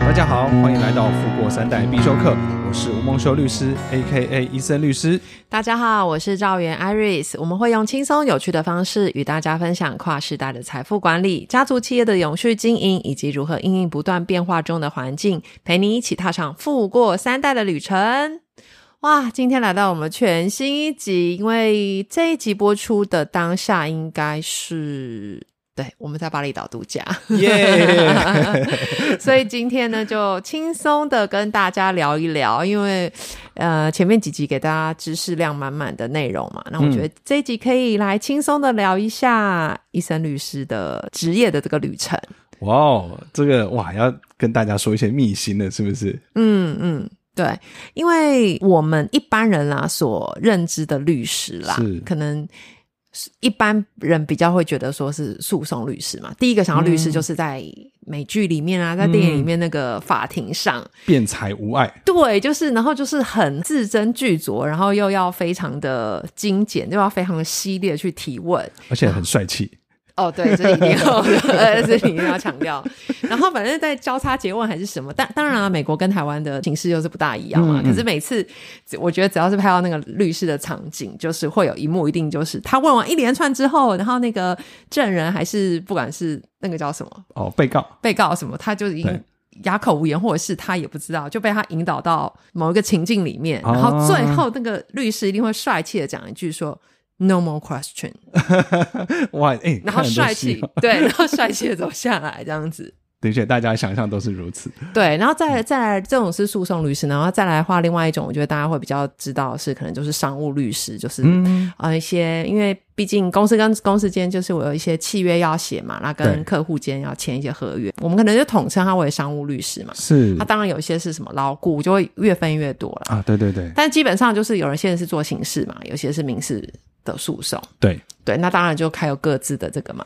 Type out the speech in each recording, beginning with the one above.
大家好，欢迎来到富过三代必修课，我是吴梦修律师 （A.K.A. 医生律 师大家好，我是赵源 Iris，我们会用轻松有趣的方式与大家分享跨世代的财富管理、家族企业的永续经营，以及如何因应不断变化中的环境，陪你一起踏上富过三代的旅程。哇，今天来到我们全新一集，因为这一集播出的当下应该是。对，我们在巴厘岛度假，）。耶，所以今天呢，就轻松的跟大家聊一聊，因为呃前面几集给大家知识量满满的内容嘛，那我觉得这一集可以来轻松的聊一下医生律师的职业的这个旅程。哇哦，这个哇要跟大家说一些秘辛了，是不是？嗯嗯，对，因为我们一般人啦、所认知的律师啦是，可能。一般人比较会觉得说是诉讼律师嘛，第一个想到律师就是在美剧里面啊，在电影里面那个法庭上，辩才无碍，对，就是，然后就是很字斟句酌，然后又要非常的精简，又要非常的犀利的去提问。而且很帅气。哦，对，这一定 要，呃，这一定要强调。然后反正在交叉诘问还是什么，但当然啊，美国跟台湾的形式又是不大一样嘛。可是每次只我觉得只要是拍到那个律师的场景，就是会有一幕一定就是他问完一连串之后，然后那个证人还是不管是那个叫什么哦，被告被告什么，他就已对经哑口无言，或者是他也不知道，就被他引导到某一个情境里面，哦然后最后那个律师一定会帅气的讲一句说。No more question，哇，哎，然后看很多帅戏气哦， 对，然后帅气的走下来，这样 子，的确，大家想象都是如此。对，然后再来再来，这种是诉讼律师，然后再来的话，另外一种，我觉得大家会比较知道的是，可能就是商务律师，就是嗯，呃一些，因为毕竟公司跟公司间就是我有一些契约要写嘛，那对跟客户间要签一些合约，我们可能就统称它为商务律师嘛。是它当然有一些是什么牢固，就会越分越多了。啊，对对对但基本上就是有人现在是做刑事嘛，有些是民事的诉讼，对，对，那当然就还有各自的这个嘛，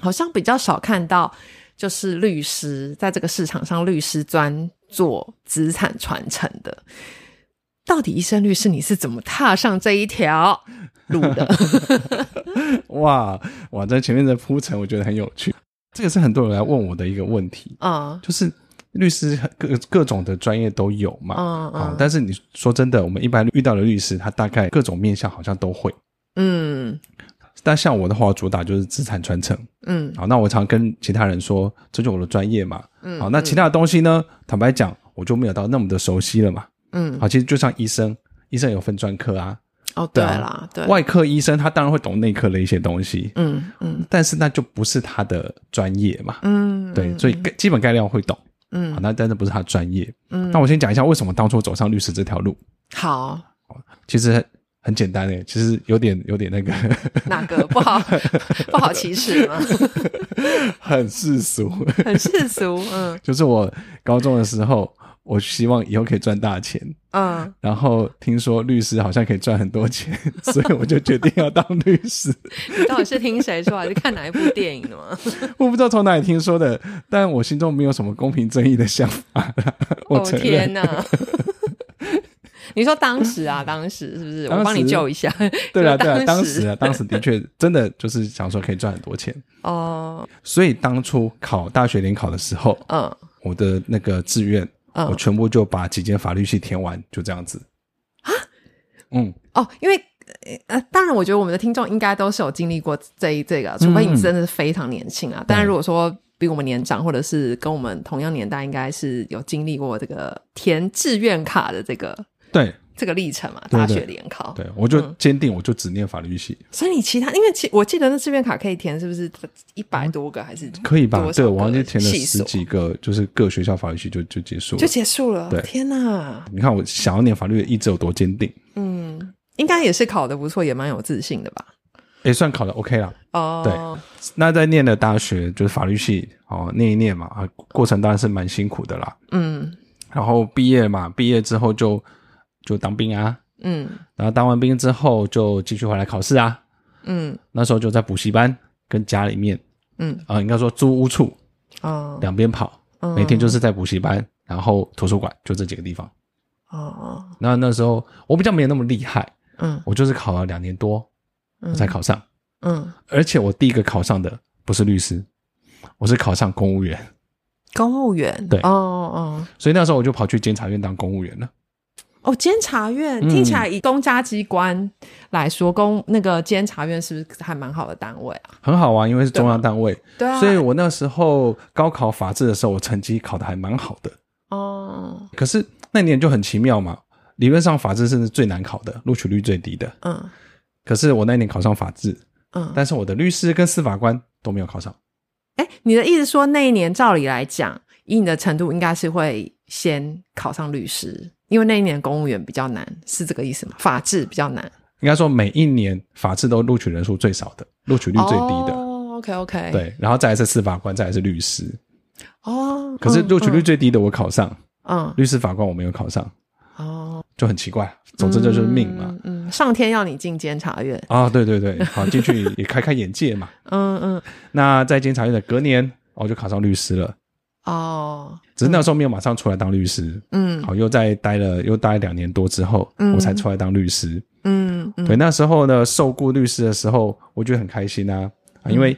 好像比较少看到就是律师在这个市场上，律师专做资产传承的。到底医生律师你是怎么踏上这一条路的？哇哇，在前面的铺陈，我觉得很有趣。这个是很多人来问我的一个问题，嗯就是律师各各种的专业都有嘛，嗯啊、嗯但是你说真的，我们一般遇到的律师，他大概各种面向好像都会。嗯但像我的话，我主打就是资产传承。啊嗯好，那我常跟其他人说，这就是我的专业嘛。嗯好，那其他的东西呢？坦白讲，我就没有到那么的熟悉了嘛。嗯，好，其实就像医生，医生有分专科啊，哦对对啊啦，对，外科医生他当然会懂内科的一些东西，嗯嗯但是那就不是他的专业嘛。嗯，对，所以概基本概念会懂。嗯好，那但是不是他专业。嗯那我先讲一下为什么当初走上律师这条路。好，其实很很简单诶，其实有点有点那个 哪个不好 不好歧视吗？很世俗， 很世俗，嗯就是我高中的时候，我希望以后可以赚大钱，嗯，然后听说律师好像可以赚很多钱，所以我就决定要当律师。你到底是听谁说，还啊是看哪一部电影的吗？ 我不知道从哪里听说的，但我心中没有什么公平正义的想法啦 我哦承认天，哪！ 你说当时啊，当时是不是？当时我帮你救一下。对了啊，对啊，当时时啊，当时的确真的就是想说可以赚很多钱，哦，所以当初考大学联考的时候，嗯我的那个志愿，我嗯全部就把几间法律系填完，就这样子。啊？嗯，哦，因为呃，当然，我觉得我们的听众应该都是有经历过这一这个，啊除非嗯你真的是非常年轻啊。当然，如果说比我们年长，或者是跟我们同样年代，应该是有经历过这个填志愿卡的这个对这个历程嘛，啊对大对学联考。对，我就坚定，我就只念法律系，所以你其他，因为其我记得那志愿卡可以填，是不是一百多个还是可以吧多？少对，个我好像填了系十所几个，就是各学校法律系就就结束了就。结束了对？天哪！你看我想要念法律的意志有多坚定，嗯，应该也是考的不错，也蛮有自信的吧？也算考的 OK 啦。哦，那在念的大学就是法律系哦，念一念嘛啊，过程当然是蛮辛苦的啦。嗯然后毕业嘛，毕业之后就就当兵啊，嗯然后当完兵之后就继续回来考试啊。嗯那时候就在补习班跟家里面嗯，啊、应该说租屋处哦两边跑，嗯每天就是在补习班，然后图书馆，就这几个地方。哦哦，那那时候我比较没有那么厉害，嗯我就是考了两年多我才考上，嗯，而且我第一个考上的不是律师，我是考上公务员，公务员，对哦哦所以那时候我就跑去监察院当公务员了。哦，监察院、嗯听起来以公家机关来说，公那个监察院是不是还蛮好的单位啊？很好啊，因为是中央单位，对啊，所以我那时候高考法制的时候，我成绩考得还蛮好的。哦，可是那年就很奇妙嘛，理论上法制是最难考的，录取率最低的。嗯可是我那年考上法制，嗯，但是我的律师跟司法官都没有考上。哎，你的意思说那一年照理来讲，以你的程度，应该是会先考上律师，因为那一年公务员比较难，是这个意思吗？法制比较难，应该说每一年法制都录取人数最少的，录取率最低的。哦，OK OK，，对，然后再来是司法官，再来是律师。哦，可是录取率嗯，最低的我考上，嗯，律师法官我没有考上，嗯哦，就很奇怪。总之这就是命嘛。嗯，嗯，上天要你进监察院，啊，对对对，好进去也开开眼界嘛。嗯嗯，那在监察院的隔年，我就考上律师了。哦，只是那时候没有马上出来当律师，嗯好，又再待了又待两年多之后，嗯我才出来当律师。嗯嗯，对，那时候呢，受雇律师的时候，我觉得很开心啊，啊因嗯为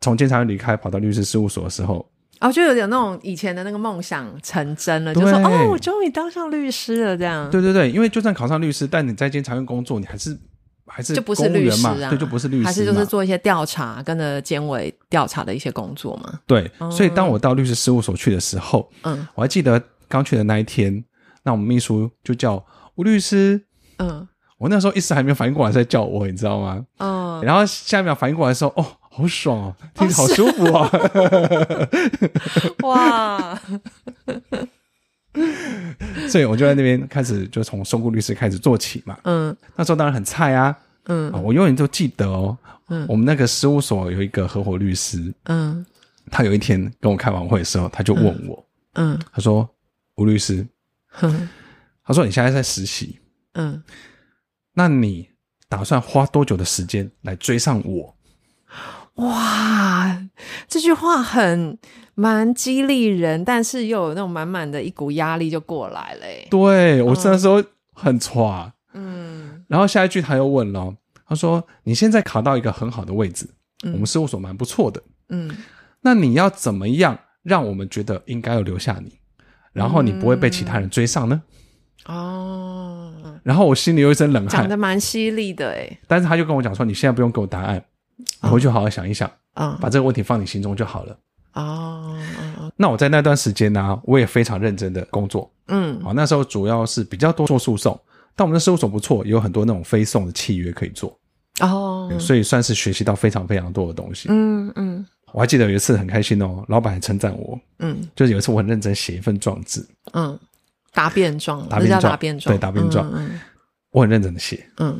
从监察院离开，跑到律师事务所的时候，哦，就有点那种以前的那个梦想成真了，就对说哦，我终于当上律师了，这样，对对对，因为就算考上律师，但你在监察院工作，你还是还是就不是公务律员师嘛，啊，对，就不是律师嘛，还是就是做一些调查，跟着监委调查的一些工作嘛。对。嗯所以当我到律师事务所去的时候，嗯我还记得刚去的那一天，那我们秘书就叫吴律师，嗯我那时候一时还没有反应过来在叫我，你知道吗？嗯，然后下一秒反应过来说：“哦，好爽哦，听着好舒服哦。 哇，所以我就在那边开始，就从受雇律师开始做起嘛。 嗯那时候当然很菜啊，啊嗯我永远都记得哦。嗯我们那个事务所有一个合伙律师，嗯他有一天跟我开完会的时候，他就问我，嗯他说：“吴律师，哼他说你现在在实习，嗯，那你打算花多久的时间来追上我哇，这句话很蛮激励人，但是又有那种满满的一股压力就过来了欸。？”对我那时候很歘。嗯然后下一句他又问了哦，他说：“你现在卡到一个很好的位置，嗯我们事务所蛮不错的，嗯那你要怎么样让我们觉得应该要留下你，然后你不会被其他人追上呢？”嗯哦，然后我心里有一身冷讲汗的，蛮犀利的哎。但是他就跟我讲说：“你现在不用给我答案，哦你回去好好想一想，啊把这个问题放你心中就好了。哦哦”那我在那段时间呢、我也非常认真的工作，嗯好，那时候主要是比较多做诉讼，但我们的事务所不错，也有很多那种非讼的契约可以做，哦所以算是学习到非常非常多的东西。嗯嗯我还记得有一次很开心哦，老板还称赞我，嗯就是有一次我很认真写一份状纸，嗯，答辩状，答这辩叫状答辩状，对答辩状嗯我很认真的写，嗯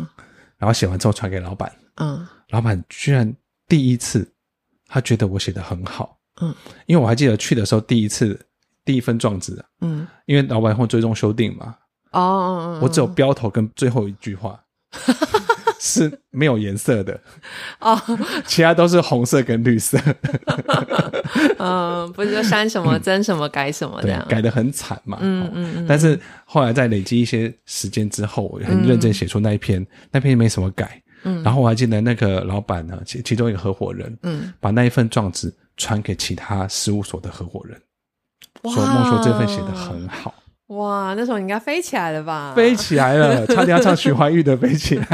然后写完之后传给老板，嗯老板居然第一次他觉得我写的很好，嗯，因为我还记得去的时候第一次第一份状纸，嗯，因为老板会追踪修订嘛，哦哦，哦我只有标头跟最后一句 话。是没有颜色的，哦，其他都是红色跟绿色，嗯，不是就删什么增什么改什么这对样，，改的很惨嘛。嗯哦嗯嗯，但是后来在累积一些时间之后，我很认真写出那一篇，那篇也没什么改。嗯然后我还记得那个老板呢，其其中一个合伙人，嗯，把那一份状纸传给其他事务所的合伙人，哇说孟说这份写的很好，哇，那时候你应该飞起来了吧？飞起来 了，差点要唱许怀玉的飞起来。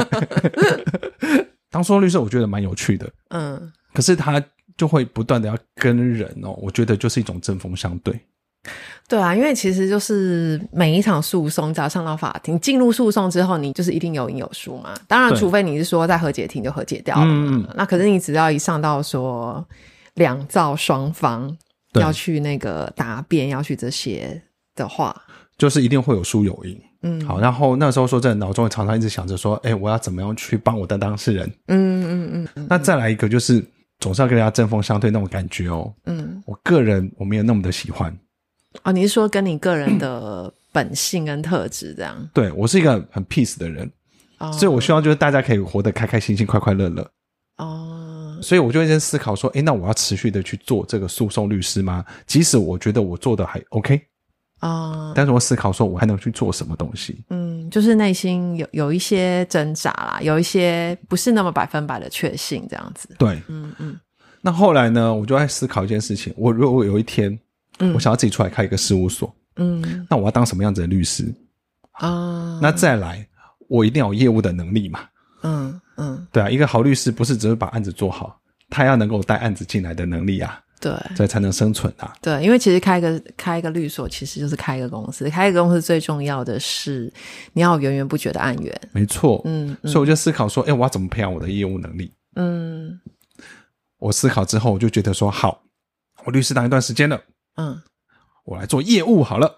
当说律师，我觉得蛮有趣的，嗯，可是他就会不断的要跟人哦，我觉得就是一种针锋相对。对啊，因为其实就是每一场诉讼，只要上到法庭，进入诉讼之后，你就是一定有赢有输嘛。当然，对除非你是说在和解庭就和解掉了嘛。嗯嗯那可是你只要一上到说两造双方对要去那个答辩，要去这些的话，就是一定会有输有赢。嗯好，然后那时候说真的，脑中常常一直想着说，哎，我要怎么样去帮我的当事人？嗯嗯嗯那再来一个就是，总是要跟人家针锋相对那种感觉哦。嗯，我个人我没有那么的喜欢，哦，你是说跟你个人的本性跟特质这样？对我是一个很 peace 的人，哦、所以我希望就是大家可以活得开开心心、快快乐乐。哦，所以我就会在思考说，哎，那我要持续的去做这个诉讼律师吗？即使我觉得我做的还 OK，哦，但是我思考说我还能去做什么东西？嗯，就是内心有有一些挣扎啦，有一些不是那么百分百的确信这样子。对，嗯嗯那后来呢，我就在思考一件事情：我如果有一天，嗯我想要自己出来开一个事务所，嗯那我要当什么样子的律师？啊，那再来，我一定要有业务的能力嘛？嗯嗯，对啊，一个好律师不是只是把案子做好，他要能够带案子进来的能力啊，对。这才能生存啊。对，因为其实开一个开一个律所，其实就是开一个公司。开一个公司最重要的是你要有源源不绝的案源。没错，嗯所以我就思考说，哎、我要怎么培养我的业务能力？嗯我思考之后，我就觉得说，好，我律师当一段时间了，嗯，我来做业务好了。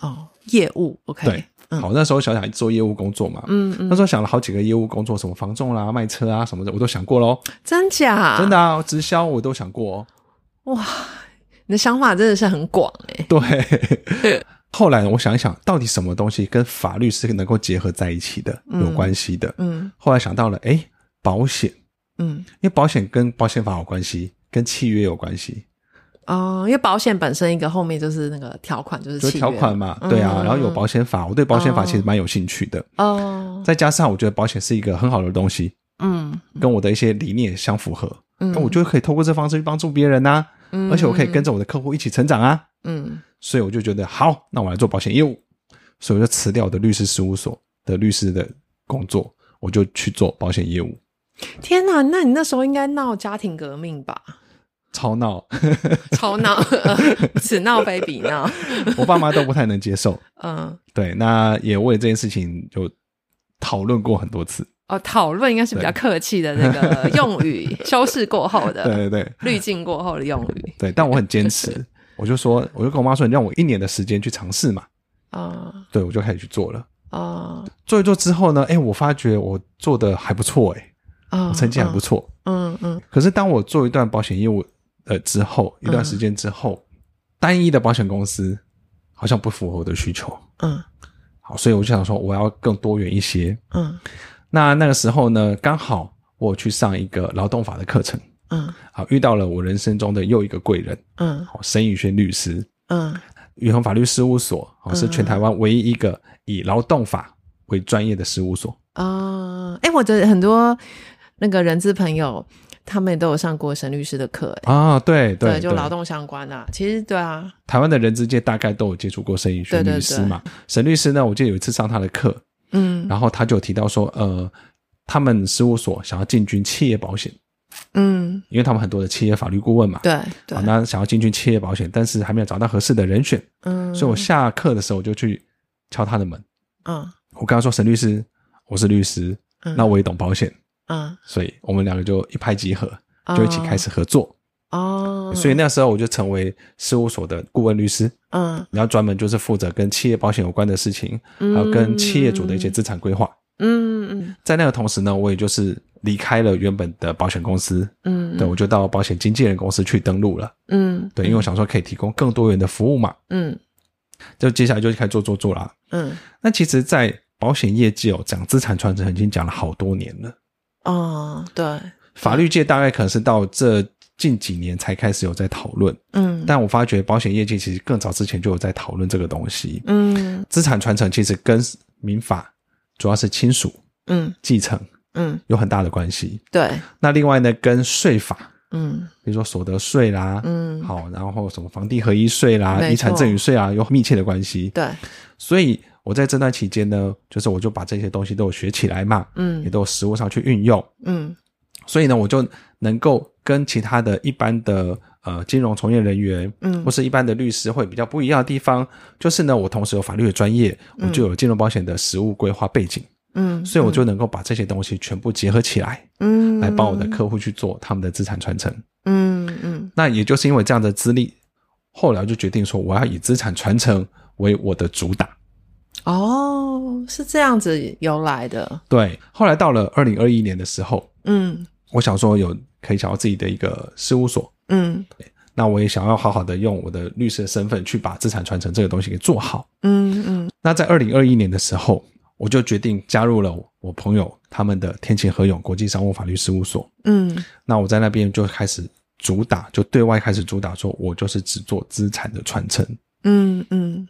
哦，业务 OK。对，嗯好，那时候想想做业务工作嘛，嗯嗯，那时候想了好几个业务工作，什么房仲啦、卖车啊什么的，我都想过喽。真假？真的啊，直销我都想过、哦。哇，你的想法真的是很广哎、 对， 后来我想一想，到底什么东西跟法律是能够结合在一起的，有关系的。嗯后来想到了，哎，保险，嗯因为保险跟保险法有关系，跟契约有关系，哦，因为保险本身一个后面就是那个条款，就是就契是约嗯条款嘛，对啊。然后有保险法，我对保险法其实蛮有兴趣的。哦，再加上我觉得保险是一个很好的东西，嗯跟我的一些理念相符合，嗯那、我就可以透过这方式去帮助别人呐、啊嗯而且我可以跟着我的客户一起成长啊。嗯所以我就觉得好，那我来做保险业务，所以我就辞掉我的律师事务所的律师的工作，我就去做保险业务，天哪，那你那时候应该闹家庭革命吧？超闹， 超闹，呃此闹非彼闹，我爸妈都不太能接受。嗯。对，那也为这件事情就讨论过很多次。哦，讨论应该是比较客气的那个用语，修饰过后对的、对对滤镜过后的用语对，但我很坚持，我就说，我就跟我妈说，你让我一年的时间去尝试嘛。啊对，我就开始去做了。啊做一做之后呢，哎，我发觉我做的还不错，哎，啊！我成绩还不错，错。嗯嗯可是当我做一段保险业务呃之后，一段时间之嗯后，单一的保险公司好像不符合我的需求，嗯好，所以我就想说我要更多元一些。嗯那那个时候呢，刚好我有去上一个劳动法的课程，嗯好，遇到了我人生中的又一个贵人，嗯好，沈宇轩律师，嗯宇恒法律事务所，好，是全台湾唯一一个以劳动法为专业的事务所。啊！哎，我的很多那个人资朋友，他们也都有上过沈律师的课，哎啊，对对就劳动相关的啊，其实对啊，台湾的人之界大概都有接触过沈宇轩对对律师嘛。沈律师呢，我记得有一次上他的课，嗯然后他就有提到说，呃，他们事务所想要进军企业保险，嗯，因为他们很多的企业法律顾问嘛，对对好，，那想要进军企业保险，但是还没有找到合适的人选，嗯，所以我下课的时候我就去敲他的门，嗯我跟他说，沈律师，我是律师，嗯那我也懂保险，嗯，所以我们两个就一拍即合，就一起开始合作，哦，所以那时候我就成为事务所的顾问律师。嗯然后专门就是负责跟企业保险有关的事情，还有跟企业主的一些资产规划。嗯嗯在那个同时呢，我也就是离开了原本的保险公司，嗯，对我就到保险经纪人公司去登录了。嗯对，因为我想说可以提供更多元的服务嘛，嗯就接下来就开始做做做啦。嗯那其实，在保险业界哦，讲资产传承已经讲了好多年了，哦，对，法律界大概可能是到这近几年才开始有在讨论，嗯但我发觉保险业界其实更早之前就有在讨论这个东西。嗯资产传承其实跟民法主要是亲属嗯继承嗯，有很大的关系。对，那另外呢，跟税法，嗯比如说所得税啦，嗯好，然后什么房地合一税啦、没错遗产赠与税啊，有密切的关系。对，所以我在这段期间呢，就是我就把这些东西都有学起来嘛，也嗯都有实务上去运用，嗯所以呢，我就能够跟其他的一般的呃金融从业人员。嗯或是一般的律师会比较不一样的地方，就是呢，我同时有法律的专业，我就有金融保险的实务规划背景，嗯，所以我就能够把这些东西全部结合起来，嗯来帮我的客户去做他们的资产传承。嗯嗯那也就是因为这样的资历，后来我就决定说，我要以资产传承为我的主打。哦，是这样子由来的，对，后来到了二零二一年的时候，嗯我想说有可以想要自己的一个事务所，嗯那我也想要好好的用我的律师的身份去把资产传承这个东西给做好。嗯嗯那在二零二一年的时候，我就决定加入了我朋友他们的天晴和永国际商务法律事务所。嗯那我在那边就开始主打，就对外开始主打说，我就是只做资产的传承。嗯嗯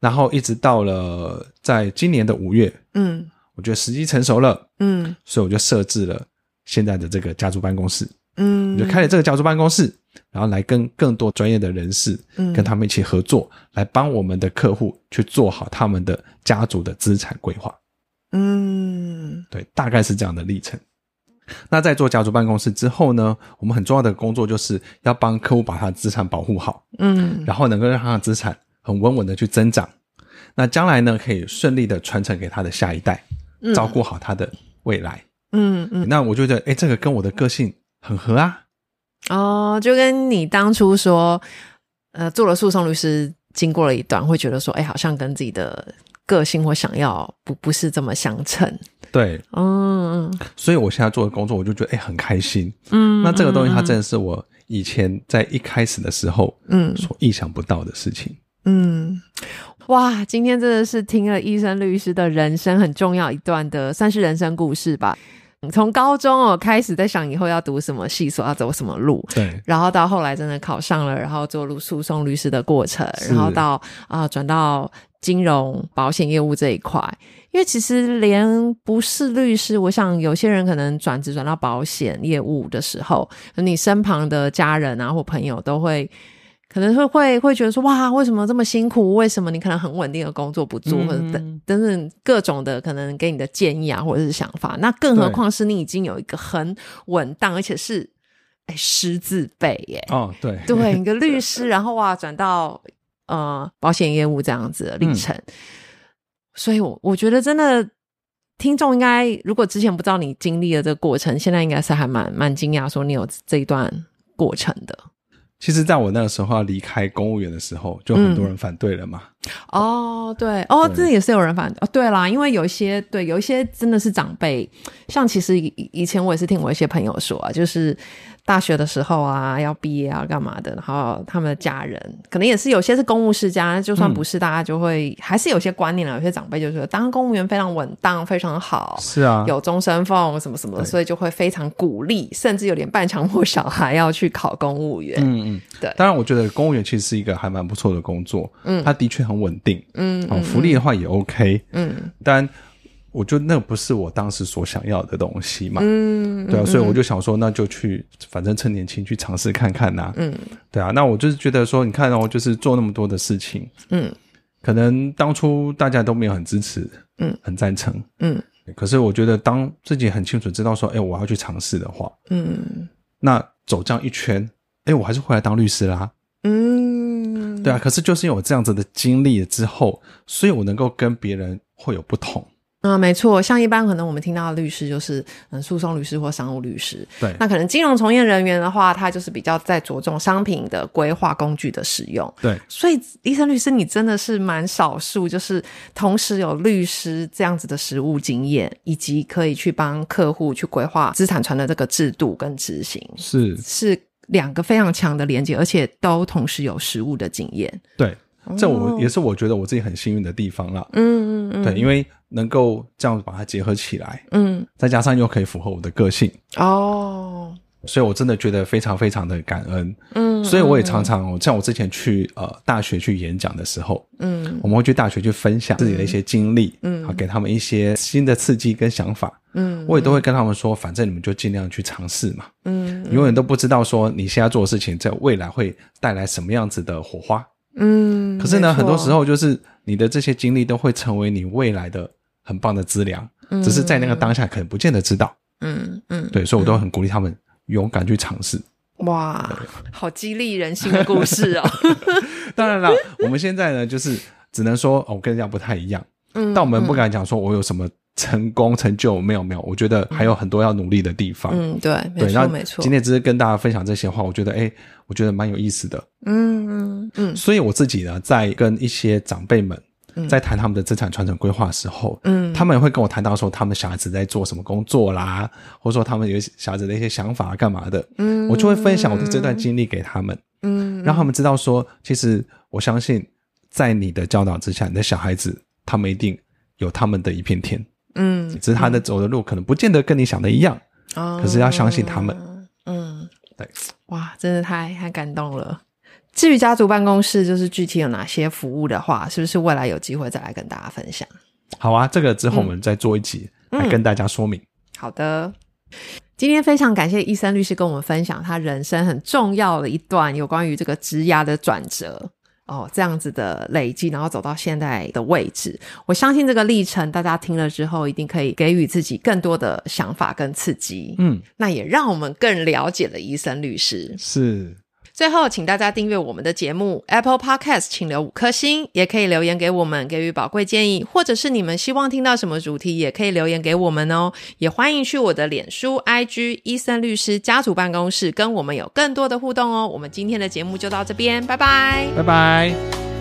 然后一直到了在今年的五月，嗯我觉得时机成熟了，嗯所以我就设置了现在的这个家族办公室，嗯，我就开了这个家族办公室，然后来跟更多专业的人士嗯跟他们一起合作，来帮我们的客户去做好他们的家族的资产规划。嗯对，大概是这样的历程。那在做家族办公室之后呢，我们很重要的工作就是要帮客户把他的资产保护好，嗯然后能够让他的资产很稳稳的去增长。那将来呢，可以顺利的传承给他的下一代，嗯照顾好他的未来。嗯嗯那我就觉得，哎，这个跟我的个性很合啊。哦，就跟你当初说，呃，做了诉讼律师，经过了一段，会觉得说，哎，好像跟自己的个性或想要不不是这么相称。对，嗯嗯所以我现在做的工作，我就觉得哎很开心。嗯，那这个东西，它真的，的是我以前在一开始的时候嗯所意想不到的事情。嗯，哇，今天真的是听了医生律师的人生很重要一段的，算是人生故事吧。嗯从高中哦开始在想以后要读什么系所，要走什么路，对，然后到后来真的考上了，然后做入诉讼律师的过程，是然后到啊、转到金融保险业务这一块，因为其实连不是律师，我想有些人可能转职转到保险业务的时候，你身旁的家人啊或朋友都会。可能会会会觉得说哇，为什么这么辛苦？为什么你可能很稳定的工作不做，嗯或者等等等各种的可能给你的建议啊，或者是想法。那更何对况是你已经有一个很稳当，而且是哎师字辈耶，哦，对，对，一个律师，然后哇转到呃保险业务这样子的历程。所以我，我觉得真的听众应该，如果之前不知道你经历了这个过程，现在应该是还蛮蛮惊讶，说你有这一段过程的其实，在我那个时候要离开公务员的时候，就嗯很多人反对了嘛。哦，对，哦，对这也是有人反哦，对啦，因为有一些对，有一些真的是长辈，像其实以以前我也是听我一些朋友说啊，就是大学的时候啊，要毕业啊，干嘛的，然后他们的家人可能也是有些是公务世家，就算不是，大家就会、嗯还是有些观念啊，有些长辈就说当公务员非常稳当，非常好。是啊，有终身俸什么什么的，对所以就会非常鼓励，甚至有点半强迫小孩要去考公务员。嗯嗯，对当然，我觉得公务员其实是一个还蛮不错的工作，嗯它的确很稳定，嗯哦，福利的话也 OK，嗯当然，我觉得那不是我当时所想要的东西嘛，嗯，对啊，所以我就想说，那就去，反正趁年轻去尝试看看呐、嗯对啊，那我就是觉得说，你看哦，就是做那么多的事情，嗯可能当初大家都没有很支持，嗯，很赞成，嗯可是我觉得当自己很清楚知道说，哎，我要去尝试的话，嗯。那走这样一圈，哎，我还是回来当律师啦。嗯，对啊，可是就是因为我这样子的经历了之后，所以我能够跟别人会有不同。嗯，没错。像一般可能我们听到的律师就是嗯，诉讼律师或商务律师。对那可能金融从业人员的话，他就是比较在着重商品的规划工具的使用。对，所以，医生律师你真的是蛮少数，就是同时有律师这样子的实务经验，以及可以去帮客户去规划资产传的这个制度跟执行，是，是两个非常强的连接，而且都同时有实务的经验。对，这我哦也是我觉得我自己很幸运的地方啦。嗯嗯嗯，对，因为能够这样把它结合起来，嗯再加上又可以符合我的个性，哦。所以我真的觉得非常非常的感恩。嗯，所以我也常常，哦像我之前去呃大学去演讲的时候，嗯我们会去大学去分享自己的一些经历，嗯啊，给他们一些新的刺激跟想法。嗯我也都会跟他们说，反正你们就尽量去尝试嘛，嗯永远都不知道说你现在做的事情在未来会带来什么样子的火花。嗯，可是呢，没错很多时，候就是你的这些经历都会成为你未来的很棒的资粮，嗯只是在那个当下可能不见得知道。嗯嗯，对，所以我都很鼓励他们勇敢去尝试。哇，好激励人心的故事哦。当然啦，我们现在呢，就是只能说哦，跟人家不太一样，嗯， 但我们不敢讲说我有什么成功成就，没有没有，我觉得还有很多要努力的地方。嗯，对，没对，错那没错今，天只是跟大家分享这些话，我觉得哎，我觉得蛮有意思的。嗯嗯嗯所以我自己呢，在跟一些长辈们嗯在谈他们的资产传承规划的时候，嗯，他们也会跟我谈到说他们小孩子在做什么工作啦，或者说他们有小孩子的一些想法啊干嘛的，嗯，我就会分享我的这段经历给他们，嗯，嗯，让他们知道说，其实我相信在你的教导之下，你的小孩子他们一定有他们的一片天，嗯，只是他的走的路可能不见得跟你想的一样。可可是要相信他们，嗯，对，哇，真的太太感动了。至于家族办公室，就是具体有哪些服务的话，是不是未来有机会再来跟大家分享？好啊，这个之后我嗯们再做一集、来跟大家说明。好的，今天非常感谢医生律师跟我们分享他人生很重要的一段有关于这个职涯的转折哦，这样子的累积，然后走到现在的位置。我相信这个历程，大家听了之后一定可以给予自己更多的想法跟刺激。嗯，那也让我们更了解了医生律师。是，最后，请大家订阅我们的节目 Apple Podcast，请留五颗星，也可以留言给我们，给予宝贵建议，或者是你们希望听到什么主题，也可以留言给我们哦。也欢迎去我的脸书、IG 伊森律师家族办公室，跟我们有更多的互动哦。我们今天的节目就到这边，拜拜。拜拜。